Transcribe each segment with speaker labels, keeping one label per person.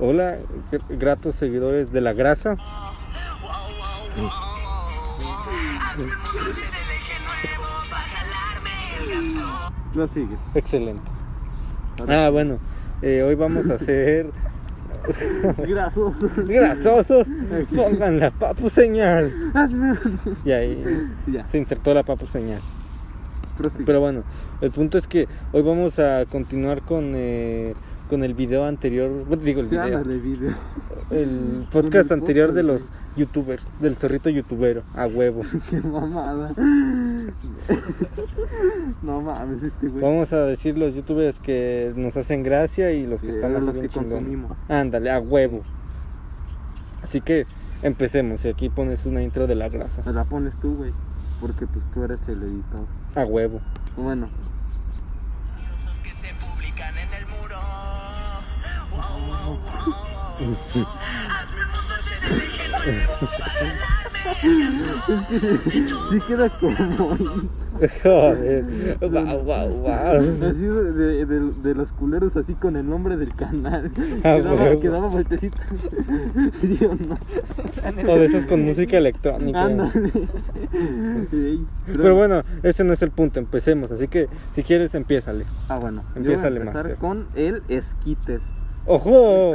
Speaker 1: Hola, gr- gratos seguidores de la grasa.
Speaker 2: La sigue.
Speaker 1: Excelente. Ah, bueno, eh, hoy vamos a hacer
Speaker 2: Grasos.
Speaker 1: grasosos. Pongan la papu señal.
Speaker 2: Hazme-
Speaker 1: Y ahí
Speaker 2: ya,
Speaker 1: se insertó la papu señal.
Speaker 2: prosigue.
Speaker 1: Pero bueno, el punto es que hoy vamos a continuar con, eh, con el video anterior. bueno, digo, el
Speaker 2: Sí,
Speaker 1: pues, video.
Speaker 2: ándale, video.
Speaker 1: El
Speaker 2: Con el
Speaker 1: podcast anterior de los
Speaker 2: podcast,
Speaker 1: youtubers, del zorrito youtubero, a huevo.
Speaker 2: Qué mamada. no mames, este güey.
Speaker 1: Vamos a decir los youtubers que nos hacen gracia y los que
Speaker 2: Sí,
Speaker 1: están
Speaker 2: a
Speaker 1: así
Speaker 2: los que
Speaker 1: bien chingones.
Speaker 2: consumimos.
Speaker 1: Ándale, a huevo. Así que empecemos. Y aquí pones una intro de la grasa.
Speaker 2: Me la pones tú, güey. Porque pues tú eres el editor.
Speaker 1: A huevo.
Speaker 2: Bueno,
Speaker 3: Esos que se publican en el muro. Wow, wow, wow. Hazme un mundo se deje nuevo para
Speaker 2: sí queda como.
Speaker 1: Joder. Wow, wow, wow.
Speaker 2: Así de, de- de- de los culeros, así con el nombre del canal.
Speaker 1: Ah,
Speaker 2: quedaba,
Speaker 1: huevo.
Speaker 2: quedaba vueltecita. Yo no.
Speaker 1: Todo eso es con música electrónica.
Speaker 2: Ándale. Ey,
Speaker 1: Ah, Pero bueno, ese no es el punto. Empecemos. Así que si quieres, empiézale.
Speaker 2: Ah, bueno.
Speaker 1: Empiézale,
Speaker 2: yo voy a empezar
Speaker 1: Master.
Speaker 2: con el esquites.
Speaker 1: ¡Ojo!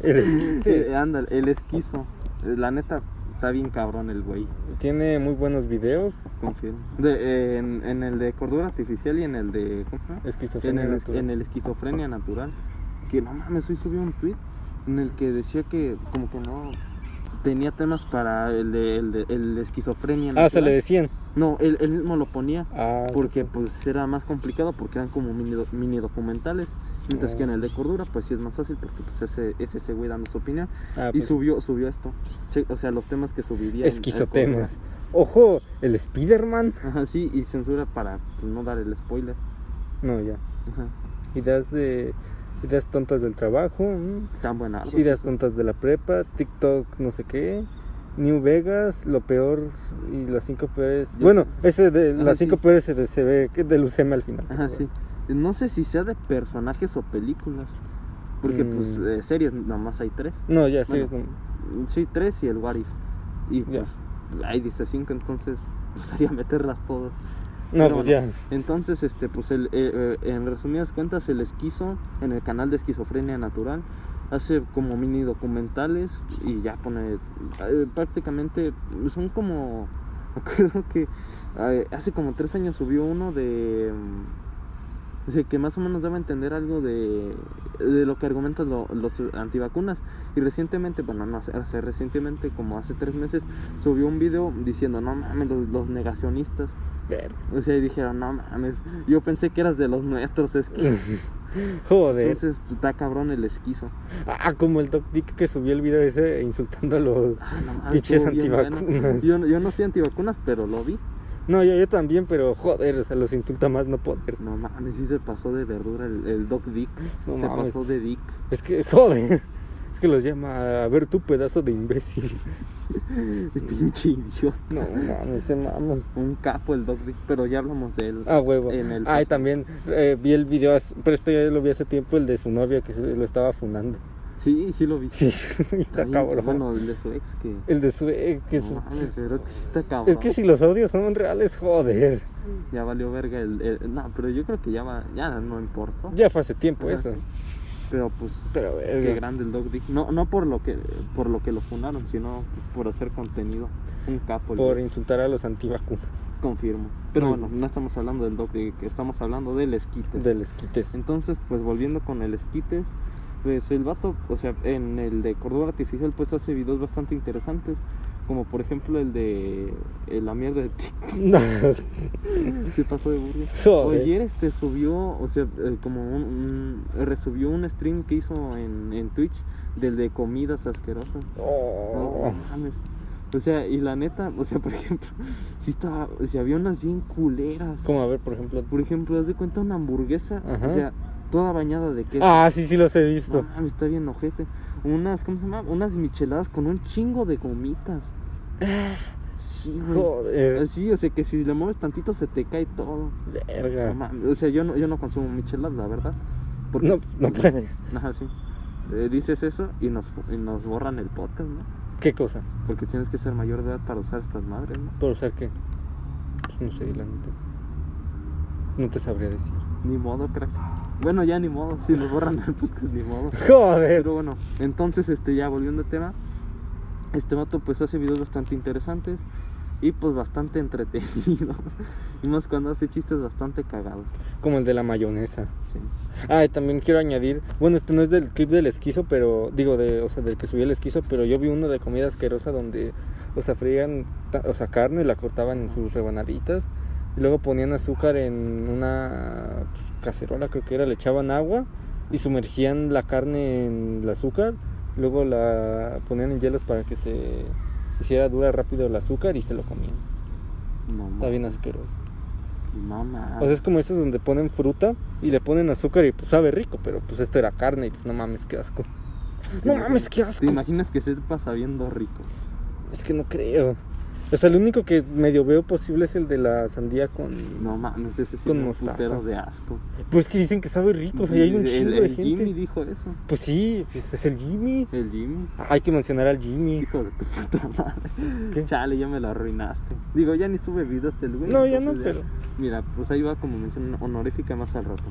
Speaker 1: El esquites.
Speaker 2: Eh, ándale, el esquizo. Eh, La neta, está bien cabrón el güey.
Speaker 1: Tiene muy buenos videos.
Speaker 2: Confirmo. De, eh, en, en el de cordura artificial y en el de. ¿cómo se llama? en
Speaker 1: Esquizofrenia.
Speaker 2: el,
Speaker 1: natural.
Speaker 2: en el esquizofrenia natural. Que no mames, hoy subió un tweet en el que decía que como que no tenía temas para el de, el de- el de esquizofrenia
Speaker 1: Ah, se
Speaker 2: natural.
Speaker 1: le decían.
Speaker 2: No, él, él mismo lo ponía
Speaker 1: Ah,
Speaker 2: porque pues era más complicado porque eran como mini, do- mini documentales. Mientras
Speaker 1: Oh.
Speaker 2: que en el de cordura pues sí es más fácil porque pues ese, es ese güey dando su opinión.
Speaker 1: ah,
Speaker 2: y
Speaker 1: pues,
Speaker 2: subió, subió esto. Che- O sea, los temas que subiría. en- en Cordura.
Speaker 1: Esquizotemas. Ojo, el Spider-Man.
Speaker 2: Ajá, sí, y censura para pues, no dar el spoiler.
Speaker 1: No, ya.
Speaker 2: Ajá.
Speaker 1: Ideas de. Ideas tontas del trabajo. mm.
Speaker 2: Tan buena.
Speaker 1: Ideas tontas de la prepa. TikTok, no sé qué. New Vegas, lo peor y las cinco peores.
Speaker 2: Yo-
Speaker 1: Bueno, ese de
Speaker 2: Ajá,
Speaker 1: las cinco
Speaker 2: sí.
Speaker 1: peores se, de- se ve que de Lucema al final.
Speaker 2: Ajá, sí. No sé si sea de personajes o películas. Porque, pues,
Speaker 1: Mm.
Speaker 2: eh, series nomás hay tres.
Speaker 1: No, ya, sí.
Speaker 2: Bueno.
Speaker 1: es no-
Speaker 2: Sí, tres y el What If. Y
Speaker 1: Ya.
Speaker 2: pues, ahí dice cinco, entonces, pues sería meterlas todas.
Speaker 1: No,
Speaker 2: Pero
Speaker 1: pues ya.
Speaker 2: bueno, Entonces, este, pues, el, eh, eh, en resumidas cuentas, el esquizo en el canal de esquizofrenia natural hace como mini documentales y ya pone eh, prácticamente son como me acuerdo que eh, hace como tres años subió uno de mm, o sea, que más o menos daba a entender algo de, de lo que argumentan lo- los antivacunas. Y recientemente, bueno, no, hace- hace recientemente, como hace tres meses, subió un video diciendo, no mames, los- los negacionistas. O sea, y dijeron, no mames, yo pensé que eras de los nuestros, esquizo.
Speaker 1: Joder.
Speaker 2: Entonces, pues, está cabrón el esquizo.
Speaker 1: Ah, como el Doc Dick que subió el video ese insultando a los.
Speaker 2: Ah, no mames,
Speaker 1: Pinches
Speaker 2: estuvo bien bueno.
Speaker 1: antivacunas.
Speaker 2: Yo, yo no soy antivacunas, pero lo vi.
Speaker 1: No, yo, yo también, pero joder, o sea, los insulta más no poder.
Speaker 2: No mames, sí se pasó de verdura el, el Doc Dick.
Speaker 1: No
Speaker 2: se
Speaker 1: mames.
Speaker 2: pasó de Dick.
Speaker 1: Es que, joder. Es que los llama a ver tu pedazo de imbécil.
Speaker 2: Pinche idiota.
Speaker 1: No mames, se maman.
Speaker 2: Un capo el Doc Dick, pero ya hablamos de él.
Speaker 1: Ah, huevo.
Speaker 2: En el
Speaker 1: Ay,
Speaker 2: pasado.
Speaker 1: también eh, vi el video, hace- pero este ya lo vi hace tiempo, el de su novia que se lo estaba funando.
Speaker 2: Sí, sí lo vi.
Speaker 1: Sí, está
Speaker 2: Ahí,
Speaker 1: cabrón.
Speaker 2: Bueno, el de su ex que.
Speaker 1: El de su ex, que es,
Speaker 2: no mames, de verdad que sí está cabrón.
Speaker 1: es que si los odios son reales, joder.
Speaker 2: Ya valió verga el, el- No, pero yo creo que ya va. Ya no importó.
Speaker 1: Ya fue hace tiempo
Speaker 2: Ajá,
Speaker 1: eso.
Speaker 2: sí. Pero pues.
Speaker 1: Pero,
Speaker 2: Qué
Speaker 1: verga.
Speaker 2: grande el Dog Dick. No, no por lo que por lo que lo fundaron, sino por hacer contenido. Un capo. el
Speaker 1: por
Speaker 2: Dog
Speaker 1: insultar a los antivacunas
Speaker 2: Dick, confirmo. Pero
Speaker 1: Muy
Speaker 2: bueno, no estamos hablando del Dog Dick, estamos hablando del esquites.
Speaker 1: del esquites.
Speaker 2: Entonces, pues volviendo con el esquites, pues el vato, o sea, en el de Cordura Artificial, pues hace videos bastante interesantes. Como por ejemplo el de eh, la mierda de TikTok,
Speaker 1: No,
Speaker 2: se pasó de burro.
Speaker 1: Joder.
Speaker 2: Ayer este subió, o sea, eh, como un, un- resubió un stream que hizo en, en Twitch del de comidas asquerosas. No,
Speaker 1: Oh.
Speaker 2: no mames. O sea, y la neta, o sea, por ejemplo, si estaba, o sea, había unas bien culeras.
Speaker 1: Como a ver, por ejemplo.
Speaker 2: Por ejemplo, haz de cuenta una hamburguesa,
Speaker 1: Ajá.
Speaker 2: o sea, toda bañada de queso.
Speaker 1: Ah, sí, sí los he
Speaker 2: No
Speaker 1: visto.
Speaker 2: mames, está bien ojete. Unas, ¿cómo se llama? Unas micheladas con un chingo de gomitas. Sí, güey.
Speaker 1: Joder,
Speaker 2: Sí, o sea, que si le mueves tantito se te cae todo. No
Speaker 1: verga.
Speaker 2: mames, o sea, yo no, yo no consumo micheladas, la verdad. Porque,
Speaker 1: No, no puede.
Speaker 2: Ajá, sí. eh, dices eso y nos, y nos borran el podcast, ¿no?
Speaker 1: ¿Qué cosa?
Speaker 2: Porque tienes que ser mayor de edad para usar estas madres, ¿no?
Speaker 1: ¿Por usar qué? Pues no sé, la neta. No te sabría decir.
Speaker 2: Ni modo, crack. Bueno, ya ni modo. Si nos borran el podcast, ni modo.
Speaker 1: Joder.
Speaker 2: Pero bueno, entonces, este, ya volviendo al tema. Este vato pues hace videos bastante interesantes y pues bastante entretenidos. Y más cuando hace chistes bastante cagados.
Speaker 1: Como el de la mayonesa.
Speaker 2: Sí.
Speaker 1: Ah, y también quiero añadir, bueno, este no es del clip del esquizo, pero digo, de, o sea, del que subí el esquizo, pero yo vi uno de comida asquerosa donde, o sea, frían, ta- o sea, carne, la cortaban en sus rebanaditas y luego ponían azúcar en una pues, cacerola, creo que era, le echaban agua y sumergían la carne en el azúcar, luego la ponían en hielos para que se hiciera dura rápido el azúcar y se lo comían.
Speaker 2: No,
Speaker 1: Está bien
Speaker 2: mames.
Speaker 1: asqueroso.
Speaker 2: Mamá.
Speaker 1: O sea, es como estos donde ponen fruta y le ponen azúcar y pues sabe rico, pero pues esto era carne y pues no mames, qué asco.
Speaker 2: ¿Te
Speaker 1: No
Speaker 2: imaginas-
Speaker 1: mames, qué
Speaker 2: ¿Te
Speaker 1: asco.
Speaker 2: imaginas que sepa sabiendo rico?
Speaker 1: Es que no creo. O sea, lo único que medio veo posible es el de la sandía con...
Speaker 2: No mames, ese sí
Speaker 1: Con
Speaker 2: me da un
Speaker 1: mostaza.
Speaker 2: putero de asco.
Speaker 1: Pues que dicen que sabe rico, o sea, y hay un
Speaker 2: El-
Speaker 1: chingo
Speaker 2: el,
Speaker 1: de
Speaker 2: el Jimmy
Speaker 1: gente.
Speaker 2: dijo eso.
Speaker 1: Pues sí, pues es el Jimmy.
Speaker 2: El Jimmy.
Speaker 1: Hay que mencionar al Jimmy.
Speaker 2: Hijo de tu puta madre.
Speaker 1: ¿Qué?
Speaker 2: Chale, ya me lo arruinaste. Digo, ya ni sube videos el güey.
Speaker 1: No, ya no,
Speaker 2: entonces
Speaker 1: pero...
Speaker 2: Mira, pues ahí va como mención honorífica más al rato.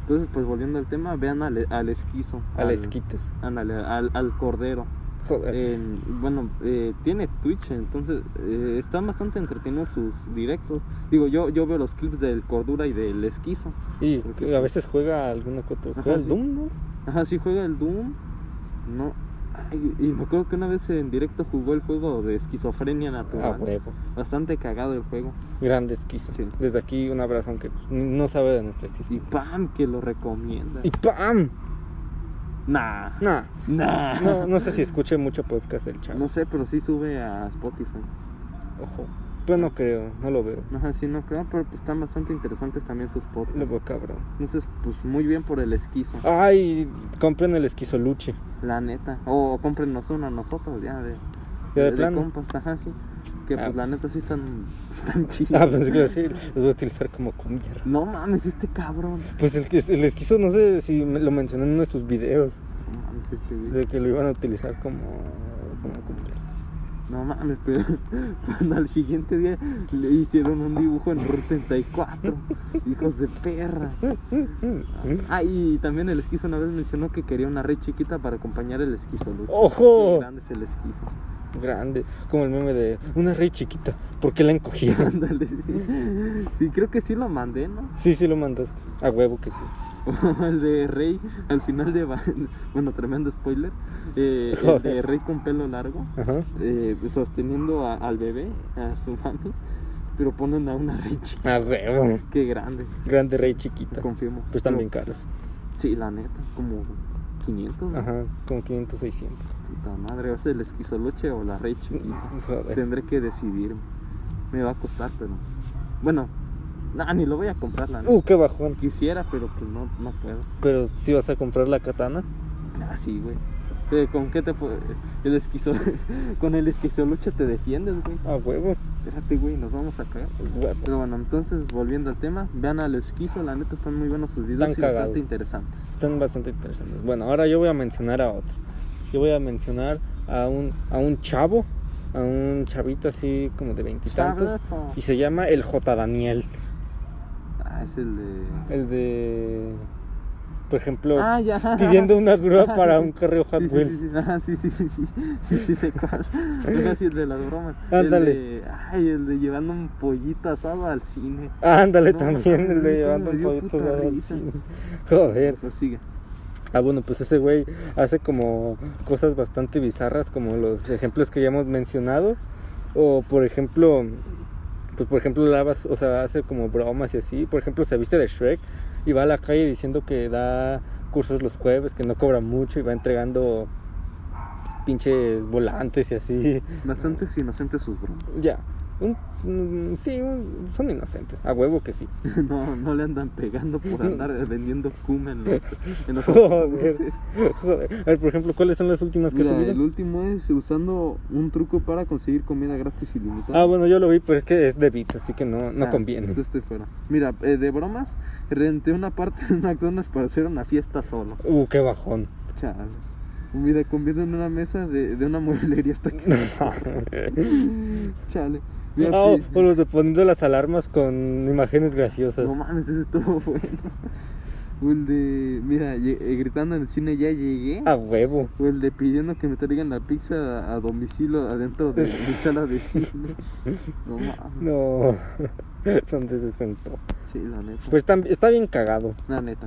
Speaker 2: Entonces, pues volviendo al tema, vean al, al esquizo.
Speaker 1: A las quites.
Speaker 2: ándale, al, al cordero.
Speaker 1: Joder.
Speaker 2: En- bueno, eh, tiene Twitch, entonces eh, están bastante entretenidos sus directos. Digo, yo, yo veo los clips del Cordura y del Esquizo.
Speaker 1: y
Speaker 2: ¿por qué?
Speaker 1: a veces juega alguno que otro.
Speaker 2: Ajá,
Speaker 1: Juega el
Speaker 2: sí.
Speaker 1: Doom, ¿no?
Speaker 2: Ajá, sí juega el Doom. No. Ay, y me acuerdo que una vez en directo jugó el juego de esquizofrenia
Speaker 1: A
Speaker 2: natural.
Speaker 1: Ah, huevo.
Speaker 2: Bastante cagado el juego.
Speaker 1: Grande esquizo.
Speaker 2: Sí.
Speaker 1: Desde aquí un abrazo, aunque pues, no sabe de nuestra
Speaker 2: Y
Speaker 1: existencia.
Speaker 2: pam, que lo recomienda.
Speaker 1: Y ¡pam!
Speaker 2: Nah.
Speaker 1: Nah.
Speaker 2: Nah.
Speaker 1: No, no sé si escuche mucho podcast el chavo.
Speaker 2: No sé, pero sí sube a Spotify.
Speaker 1: Ojo. Pues no creo, no lo veo.
Speaker 2: Ajá, sí, no creo, pero pues están bastante interesantes también sus podcasts.
Speaker 1: Lo veo cabrón.
Speaker 2: Entonces, pues muy bien por el esquizo.
Speaker 1: Ay, compren el esquizoluche.
Speaker 2: La neta. O cómprenos uno a nosotros, ya de.
Speaker 1: Ya de plano.
Speaker 2: compas, ajá, sí. Que
Speaker 1: Ah.
Speaker 2: pues la neta sí están tan chidos.
Speaker 1: Ah, pensé que iba a decir, los voy a utilizar como comida.
Speaker 2: No mames, este cabrón.
Speaker 1: Pues el, que- el esquizo, no sé si me lo mencioné en uno de sus videos,
Speaker 2: No mames, este güey.
Speaker 1: de que lo iban a utilizar como, como comida.
Speaker 2: No mames, pero cuando al siguiente día le hicieron un dibujo en Route 34. Hijos de perra. Ah, y también el esquizo una vez mencionó que quería una red chiquita para acompañar el esquizo. Lucho.
Speaker 1: Oh.
Speaker 2: Qué
Speaker 1: ¡Ojo!
Speaker 2: grande es el esquizo.
Speaker 1: Grande. Como el meme de una rey chiquita. ¿Por qué la encogieron?
Speaker 2: Ándale. Sí, creo que sí lo mandé, ¿no?
Speaker 1: Sí, sí lo mandaste. A huevo que sí.
Speaker 2: el de Rey al final de. Ba- Bueno, tremendo spoiler. eh, el de Rey con pelo largo.
Speaker 1: Ajá.
Speaker 2: eh, sosteniendo a- al bebé, a su mami. Pero ponen a una rey chiquita.
Speaker 1: A huevo.
Speaker 2: Qué grande.
Speaker 1: Grande rey chiquita.
Speaker 2: Confirmo.
Speaker 1: Pues están bien caros.
Speaker 2: Sí, la neta, como 500. ¿no?
Speaker 1: Ajá, como 500, 600.
Speaker 2: Puta madre, ¿va a ser el esquizoluche o la rey
Speaker 1: Mm,
Speaker 2: chiquita?
Speaker 1: Joder.
Speaker 2: Tendré que decidirme. Me va a costar, pero. Bueno, nah, ni lo voy a comprar, la neta.
Speaker 1: Uh, qué bajón.
Speaker 2: Quisiera, pero pues no, no puedo.
Speaker 1: Pero si vas a comprar la katana.
Speaker 2: Ah, sí, güey. Eh, ¿Con qué te puede.? El esquizo... Con el esquizoluche te defiendes, güey.
Speaker 1: A huevo.
Speaker 2: Espérate, güey, nos vamos a caer.
Speaker 1: Huevos.
Speaker 2: Pero bueno, entonces volviendo al tema, vean al esquizo, la neta están muy buenos sus
Speaker 1: Están
Speaker 2: videos y
Speaker 1: cagados.
Speaker 2: bastante interesantes.
Speaker 1: Están bastante interesantes. Bueno, ahora yo voy a mencionar a otro. Yo voy a mencionar a un, a un chavo. A un chavito así como de veintitantos.
Speaker 2: Chabrata.
Speaker 1: Y se llama el J. Daniel.
Speaker 2: Ah, es el de.
Speaker 1: El de. Por ejemplo,
Speaker 2: Ah, ya.
Speaker 1: pidiendo una grúa para un carreo Hot
Speaker 2: Sí, sí,
Speaker 1: Wheels.
Speaker 2: sí, sí. Ah, sí, sí, sí, sí, sí, sí, sé cuál. Es el de las bromas.
Speaker 1: Ándale.
Speaker 2: El de, ay, el de llevando un pollito asado al cine.
Speaker 1: Ah, Ándale
Speaker 2: No,
Speaker 1: también, el
Speaker 2: me
Speaker 1: de
Speaker 2: dio
Speaker 1: llevando un poquito
Speaker 2: puta
Speaker 1: de
Speaker 2: risa.
Speaker 1: Joder.
Speaker 2: Pues sigue.
Speaker 1: Ah, bueno, pues ese güey hace como cosas bastante bizarras, como los ejemplos que ya hemos mencionado. O por ejemplo, pues por ejemplo, lavas, o sea, hace como bromas y así. Por ejemplo, se viste de Shrek y va a la calle diciendo que da cursos los jueves, que no cobra mucho y va entregando pinches volantes y así.
Speaker 2: Bastante inocentes sus bromas.
Speaker 1: Ya. Un- un- sí, un- son inocentes. A huevo que sí.
Speaker 2: No, no le andan pegando por andar vendiendo cum en los, en los
Speaker 1: Joder.
Speaker 2: autobuses.
Speaker 1: Joder. A ver, por ejemplo, ¿cuáles son las últimas que
Speaker 2: Mira,
Speaker 1: se
Speaker 2: el último es usando un truco para conseguir comida gratis ilimitada.
Speaker 1: Ah, bueno, yo lo vi, pero es que es de bits, así que no, no
Speaker 2: Ah,
Speaker 1: conviene.
Speaker 2: entonces estoy fuera. Mira, eh, de bromas, renté una parte de McDonald's para hacer una fiesta solo.
Speaker 1: Uh, qué bajón.
Speaker 2: Chale. Mira, comiendo en una mesa de, de una mueblería hasta aquí. Chale. Mira,
Speaker 1: Ah, o-
Speaker 2: pi-
Speaker 1: o los de poniendo las alarmas con imágenes graciosas.
Speaker 2: No mames, ese estuvo bueno. O el de, mira, lle- eh, gritando en el cine ya llegué.
Speaker 1: A huevo.
Speaker 2: O el de pidiendo que me traigan la pizza a, a domicilio adentro de mi sala de cine. No mames.
Speaker 1: No. ¿Dónde se sentó?
Speaker 2: Sí, la neta.
Speaker 1: Pues tam- está bien cagado.
Speaker 2: La neta.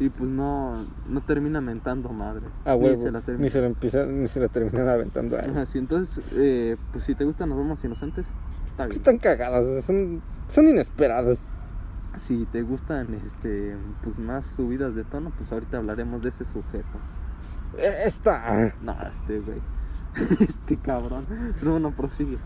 Speaker 2: Y pues no, no termina mentando madre.
Speaker 1: A huevo.
Speaker 2: Ni se la termina.
Speaker 1: Ni se la, empieza- ni se la terminan aventando a él.
Speaker 2: Ajá, sí, entonces, eh, pues si te gustan las bromas inocentes, está bien.
Speaker 1: Están cagadas, o sea, son, son inesperadas.
Speaker 2: Si te gustan este, pues más subidas de tono, pues ahorita hablaremos de ese sujeto.
Speaker 1: Eh, Esta.
Speaker 2: No, este güey. Este cabrón. No, no prosigue.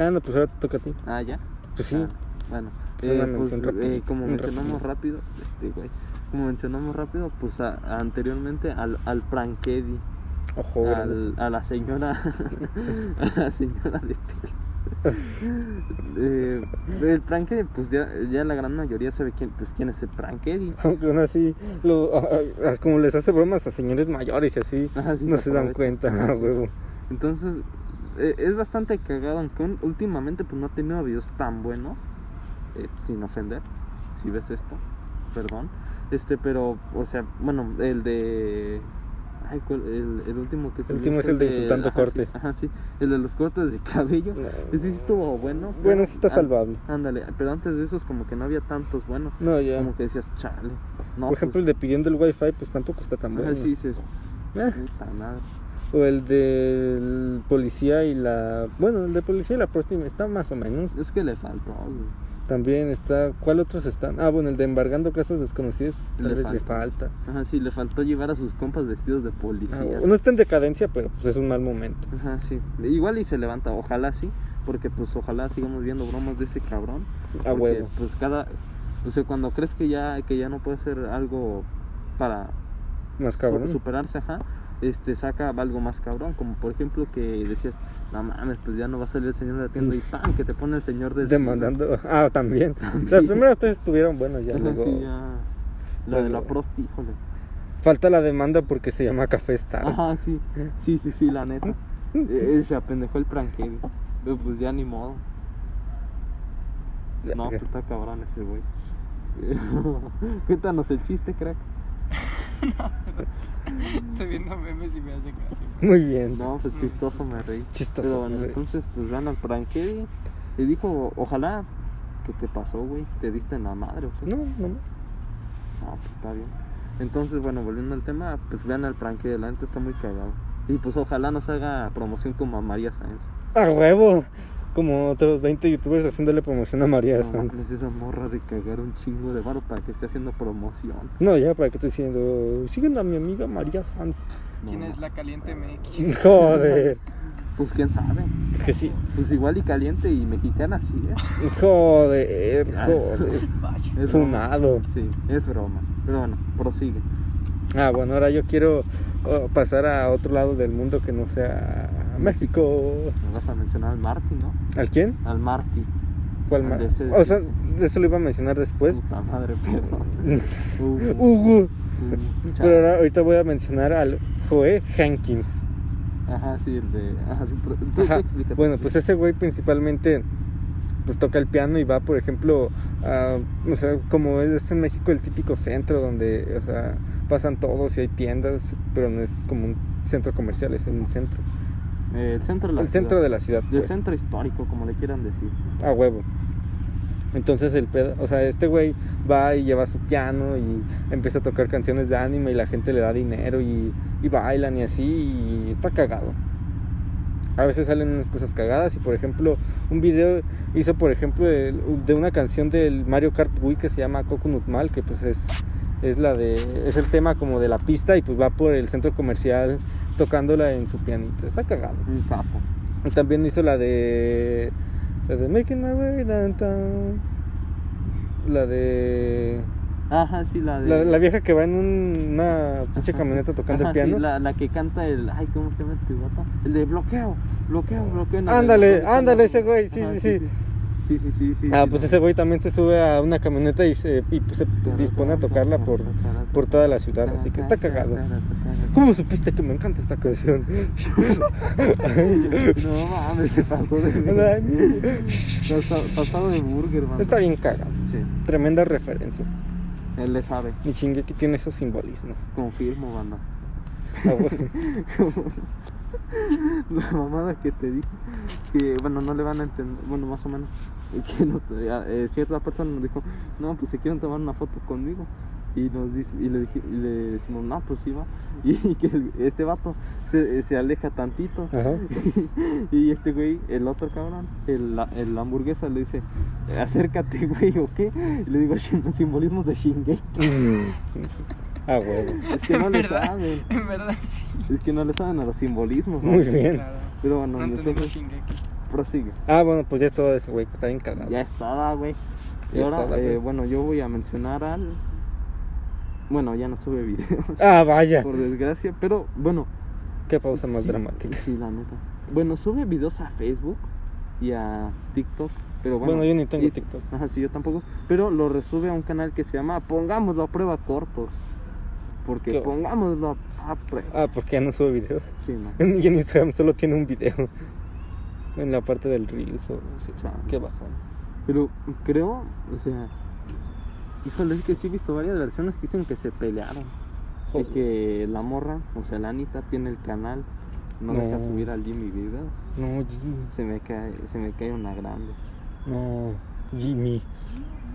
Speaker 1: Ah, no, pues ahora te toca a ti.
Speaker 2: Ah, ya.
Speaker 1: Pues sí.
Speaker 2: Ah, bueno,
Speaker 1: Pues
Speaker 2: eh,
Speaker 1: una
Speaker 2: pues,
Speaker 1: mención
Speaker 2: eh,
Speaker 1: rápida,
Speaker 2: como
Speaker 1: un
Speaker 2: mencionamos rápido, este güey. Como mencionamos rápido, pues a- anteriormente al, al Prankedi,
Speaker 1: Ojo, grande.
Speaker 2: al- a la señora, a la señora de tele. Eh, el Prankedi, pues ya, ya la gran mayoría sabe quién, pues, quién es el Prankedi.
Speaker 1: Aunque aún así, lo- a- a- como les hace bromas a señores mayores y así,
Speaker 2: Ajá, sí,
Speaker 1: no
Speaker 2: se
Speaker 1: se dan
Speaker 2: aprovecha.
Speaker 1: cuenta, a huevo.
Speaker 2: Entonces, eh, es bastante cagado, aunque un- últimamente pues no ha tenido videos tan buenos, eh, sin ofender, si ves esto, perdón. Este, pero, o sea, bueno, el de... Ay, ¿cuál? el, el último que se
Speaker 1: último es el de Insultando Cortes.
Speaker 2: ajá, sí, el de los cortes de cabello.
Speaker 1: No.
Speaker 2: Ese sí estuvo bueno. pero-
Speaker 1: Bueno, sí está
Speaker 2: ah,
Speaker 1: salvable.
Speaker 2: Ándale, pero antes de esos como que no había tantos buenos.
Speaker 1: No, ya.
Speaker 2: Como que decías, chale. No,
Speaker 1: Por ejemplo, el de pidiendo el wifi, pues tampoco está tan
Speaker 2: pues,
Speaker 1: bueno.
Speaker 2: ajá, sí, dices,
Speaker 1: Eh,
Speaker 2: puta madre.
Speaker 1: O el del policía y la... Bueno, el de policía y la próxima está más o menos.
Speaker 2: Es que le faltó, güey.
Speaker 1: También está... ¿Cuál otros están? Ah, bueno, el de embargando casas desconocidas tal
Speaker 2: Le
Speaker 1: vez le falta.
Speaker 2: Ajá, sí, le faltó llevar a sus compas vestidos de
Speaker 1: Ah,
Speaker 2: policía.
Speaker 1: no está en decadencia, pero pues es un mal momento.
Speaker 2: Ajá, sí. Igual y se levanta, ojalá sí, porque pues ojalá sigamos viendo bromas de ese cabrón.
Speaker 1: A
Speaker 2: porque,
Speaker 1: Ah, huevo.
Speaker 2: Pues cada o sea, cuando crees que ya que ya no puede hacer algo para
Speaker 1: Más
Speaker 2: su-
Speaker 1: cabrón.
Speaker 2: superarse, ajá, este saca algo más cabrón, como por ejemplo que decías, "No mames, pues ya no va a salir el señor de la tienda y pan, que te pone el señor del
Speaker 1: Mm. Demandando. Ah, también. Las primeras tres estuvieron buenas ya.
Speaker 2: Ajá,
Speaker 1: luego
Speaker 2: sí, ya. La de la
Speaker 1: luego-
Speaker 2: prosti, híjole.
Speaker 1: Falta la demanda porque se llama Café Star.
Speaker 2: Ajá, sí. Sí, sí, sí, la neta.
Speaker 1: Mm.
Speaker 2: Eh, eh, se apendejó el pranquero. Pero pues ya ni modo. No, pues está cabrón ese güey. Cuéntanos el chiste, crack.
Speaker 4: Estoy viendo memes y me hace gracia.
Speaker 1: Muy bien.
Speaker 2: No, pues chistoso me reí.
Speaker 1: Mm. Chistoso,
Speaker 2: Pero bueno,
Speaker 1: me reí.
Speaker 2: entonces pues van al pranquero y dijo, ojalá. ¿Qué te pasó, güey? ¿Te diste en la madre o qué?
Speaker 1: No, no.
Speaker 2: Ah, pues está bien. Entonces, bueno, volviendo al tema, pues vean al pranquero, la neta está muy cagado. Y pues ojalá nos haga promoción como a María Sáenz.
Speaker 1: A huevo. Como otros 20 youtubers haciéndole promoción a María
Speaker 2: No
Speaker 1: Sáenz.
Speaker 2: mames, esa morra de cagar un chingo de barro para que esté haciendo promoción.
Speaker 1: No, ya, ¿para qué estoy diciendo? Siguen a mi amiga María Sanz.
Speaker 4: ¿Quién
Speaker 2: No,
Speaker 4: es la caliente MX?
Speaker 1: Joder.
Speaker 2: Pues quién sabe.
Speaker 1: Es que sí.
Speaker 2: Pues igual y caliente y mexicana sí, ¿eh?
Speaker 1: Joder.
Speaker 2: Ah,
Speaker 1: Joder.
Speaker 4: Vaya.
Speaker 2: Es broma.
Speaker 1: Funado.
Speaker 2: Sí, es broma. Pero bueno, prosigue.
Speaker 1: Ah, bueno, ahora yo quiero oh, pasar a otro lado del mundo que no sea México.
Speaker 2: Nos vas a mencionar al Marty, ¿no?
Speaker 1: ¿Al quién?
Speaker 2: Al Marty.
Speaker 1: ¿Cuál
Speaker 2: Al
Speaker 1: más?
Speaker 2: de ese-
Speaker 1: O sea, de eso lo iba a mencionar después.
Speaker 2: Puta madre, perdón. Uh,
Speaker 1: Hugo.
Speaker 2: uh,
Speaker 1: Pero
Speaker 2: chale.
Speaker 1: ahora, ahorita voy a mencionar al Joe Hankins.
Speaker 2: Ajá, sí, el de. Ajá, sí, pero- tú- tú
Speaker 1: Ajá.
Speaker 2: explícate.
Speaker 1: Bueno, pues ese güey principalmente pues toca el piano y va, por ejemplo, a, o sea, como es en México el típico centro donde, o sea, pasan todos y hay tiendas, pero no es como un centro comercial, es un centro.
Speaker 2: Eh, el centro de la
Speaker 1: El centro de la ciudad.
Speaker 2: Del
Speaker 1: pues.
Speaker 2: centro histórico, como le quieran decir.
Speaker 1: A huevo. Entonces el pedo, o sea, este güey va y lleva su piano y empieza a tocar canciones de anime y la gente le da dinero y, y bailan y así y está cagado. A veces salen unas cosas cagadas y por ejemplo un video hizo por ejemplo el- de una canción del Mario Kart Wii que se llama Coconut Mal que pues es, es la de es el tema como de la pista y pues va por el centro comercial tocándola en su pianito. Está cagado.
Speaker 2: Un capo.
Speaker 1: Y También hizo la de. La de Making My Way Downtown. La de.
Speaker 2: Ajá, sí, la de.
Speaker 1: La, la vieja que va en un- una pinche camioneta tocando
Speaker 2: Ajá,
Speaker 1: el piano.
Speaker 2: sí, la, la que canta el. Ay, ¿cómo se llama este vato? El de bloqueo, bloqueo, bloqueo. no,
Speaker 1: Ándale,
Speaker 2: bloqueo,
Speaker 1: ándale
Speaker 2: no,
Speaker 1: ese güey, sí,
Speaker 2: Ajá,
Speaker 1: sí, sí.
Speaker 2: Sí, sí, sí, sí.
Speaker 1: Ah,
Speaker 2: sí,
Speaker 1: pues
Speaker 2: no.
Speaker 1: ese güey también se sube a una camioneta y se, y, pues, se dispone a tocarla por, por toda la ciudad, así que está cagado. ¿Cómo supiste que me encanta esta canción?
Speaker 2: No mames, se pasó de. Pasa- Pasado de burger, man.
Speaker 1: Está bien caga,
Speaker 2: Sí,
Speaker 1: tremenda referencia.
Speaker 2: él le sabe.
Speaker 1: Mi chingue que tiene esos simbolismos.
Speaker 2: Confirmo, banda.
Speaker 1: Ah, güey.
Speaker 2: La mamada que te dije, que bueno, no le van a entender, bueno, más o menos, que nos, eh, cierta persona nos dijo, no, pues se quieren tomar una foto conmigo. Y, nos dice, y, le, dije- y le decimos, no, pues sí va. Y que el- este vato se, se aleja tantito.
Speaker 1: Ajá.
Speaker 2: Y este güey, el otro cabrón, el, la- el hamburguesa, le dice, acércate, güey, ¿o qué? Y le digo, "Shin- simbolismos de Shingeki.
Speaker 1: Ah, güey.
Speaker 2: Es que no le
Speaker 4: ¿Verdad?
Speaker 2: saben.
Speaker 4: En verdad sí.
Speaker 2: Es que no le saben a los simbolismos. ¿no?
Speaker 1: Muy bien.
Speaker 4: Claro.
Speaker 2: Pero bueno,
Speaker 4: No entendemos
Speaker 2: entonces,
Speaker 4: Shingeki.
Speaker 2: prosigue.
Speaker 1: Ah, bueno, pues ya es todo eso, güey, que está bien cagado.
Speaker 2: Ya estaba, güey. Y
Speaker 1: Ya
Speaker 2: ahora,
Speaker 1: estaba,
Speaker 2: eh,
Speaker 1: güey.
Speaker 2: bueno, yo voy a mencionar al. Bueno, ya no sube video,
Speaker 1: Ah, vaya.
Speaker 2: por desgracia, pero bueno.
Speaker 1: Qué pausa más
Speaker 2: sí,
Speaker 1: dramática.
Speaker 2: Sí, la neta. Bueno, sube videos a Facebook y a TikTok, pero bueno.
Speaker 1: Bueno, yo ni tengo
Speaker 2: y-
Speaker 1: TikTok.
Speaker 2: Ajá, sí, yo tampoco. Pero lo resube a un canal que se llama Pongámoslo a prueba cortos. Porque
Speaker 1: ¿Qué?
Speaker 2: pongámoslo a prueba.
Speaker 1: Ah, porque ya no sube videos.
Speaker 2: Sí, no.
Speaker 1: Y en Instagram solo tiene un video. En la parte del Reels o sí.
Speaker 2: Chale.
Speaker 1: Qué bajón.
Speaker 2: Pero creo, o sea. Híjole, es que sí he visto varias versiones que dicen que se pelearon. De
Speaker 1: Joder.
Speaker 2: que la morra, o sea, la Anita tiene el canal, no, deja
Speaker 1: No.
Speaker 2: subir al Jimmy videos.
Speaker 1: No, Jimmy.
Speaker 2: Se me cae, se me cae una grande.
Speaker 1: No, Jimmy.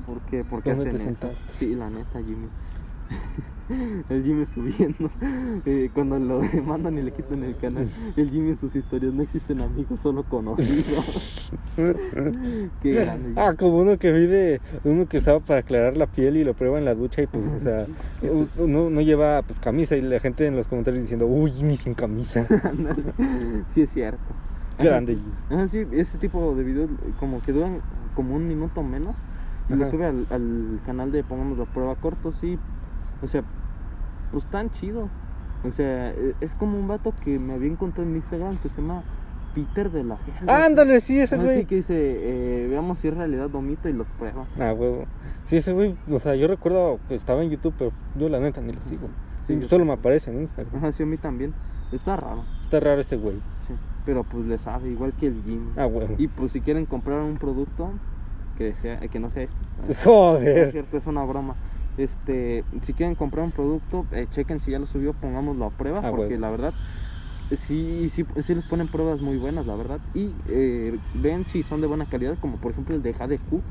Speaker 2: ¿Por qué? ¿Por qué
Speaker 1: ¿Dónde te
Speaker 2: hacen eso?
Speaker 1: sentaste?
Speaker 2: Sí, la neta, Jimmy. el Jimmy subiendo. eh, cuando lo demandan y le quitan el canal, el Jimmy en sus historias no existen amigos, solo conocidos. qué grande. Jimmy.
Speaker 1: Ah, como uno que vi de uno que usaba para aclarar la piel y lo prueba en la ducha y pues, o sea, u- uno no lleva pues camisa y la gente en los comentarios diciendo, uy, Jimmy sin camisa.
Speaker 2: Ándale. sí, es cierto.
Speaker 1: Grande Jimmy.
Speaker 2: Ajá, sí, ese tipo de videos eh, como que duran como un minuto menos y lo
Speaker 1: Ajá.
Speaker 2: sube al, al canal de Pongamos la Prueba Cortos y, o sea, pues están chidos. O sea, e- es como un vato que me había encontrado en Instagram que se llama Peter de la Sierra.
Speaker 1: Ándale, sí, ese
Speaker 2: Así
Speaker 1: Ah, güey.
Speaker 2: que dice, eh, veamos si es realidad o mito y los prueba.
Speaker 1: Ah, huevo. Sí, ese güey, o sea, yo recuerdo que estaba en YouTube, pero yo la neta ni lo sigo.
Speaker 2: Sí, yo
Speaker 1: Mm, Solo me aparece en Instagram.
Speaker 2: Ajá, sí, a mí también. Está raro,
Speaker 1: Está raro ese güey.
Speaker 2: sí. Pero pues le sabe, igual que el Jimmy.
Speaker 1: Ah, huevo.
Speaker 2: Y pues si quieren comprar un producto que, sea, que no sea este, Por
Speaker 1: Joder.
Speaker 2: cierto, es una broma. Este, si quieren comprar un producto, eh, chequen si ya lo subió, pongámoslo a prueba,
Speaker 1: Ah,
Speaker 2: porque
Speaker 1: huevo.
Speaker 2: la verdad, sí, sí, sí les ponen pruebas muy buenas, la verdad. Y eh, ven si son de buena calidad, como por ejemplo el de Jade Cook,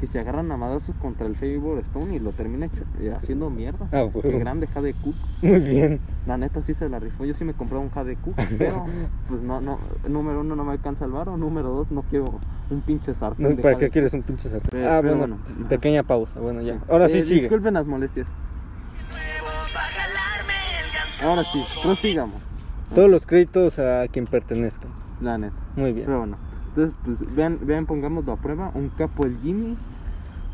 Speaker 2: que se agarran a madrazos contra el Favor Stone y lo termina hecho- eh, haciendo mierda.
Speaker 1: Ah, huevo.
Speaker 2: El grande Jade Cook.
Speaker 1: Muy bien.
Speaker 2: La neta sí se la rifó. Yo sí me compré un Jade Cook, pero pues no, no, número uno no me alcanza el varo, número dos no quiero un pinche sartén.
Speaker 1: No,
Speaker 2: de
Speaker 1: ¿Para
Speaker 2: Jade
Speaker 1: qué quieres un pinche sartén?
Speaker 2: Pero-
Speaker 1: Ah,
Speaker 2: Eh, pero
Speaker 1: bueno,
Speaker 2: bueno.
Speaker 1: pequeña pausa. Bueno, ya.
Speaker 2: Cook.
Speaker 1: Ahora sí
Speaker 2: Eh,
Speaker 1: sigue.
Speaker 2: Disculpen las molestias.
Speaker 3: Nuevos pa' jalarme el ganso.
Speaker 2: Ahora sí, prosigamos.
Speaker 1: Todos los créditos a quien pertenezcan.
Speaker 2: La neta.
Speaker 1: Muy bien.
Speaker 2: Pero bueno. Entonces, pues vean, vean, pongámoslo a prueba. Un capo el Jimmy.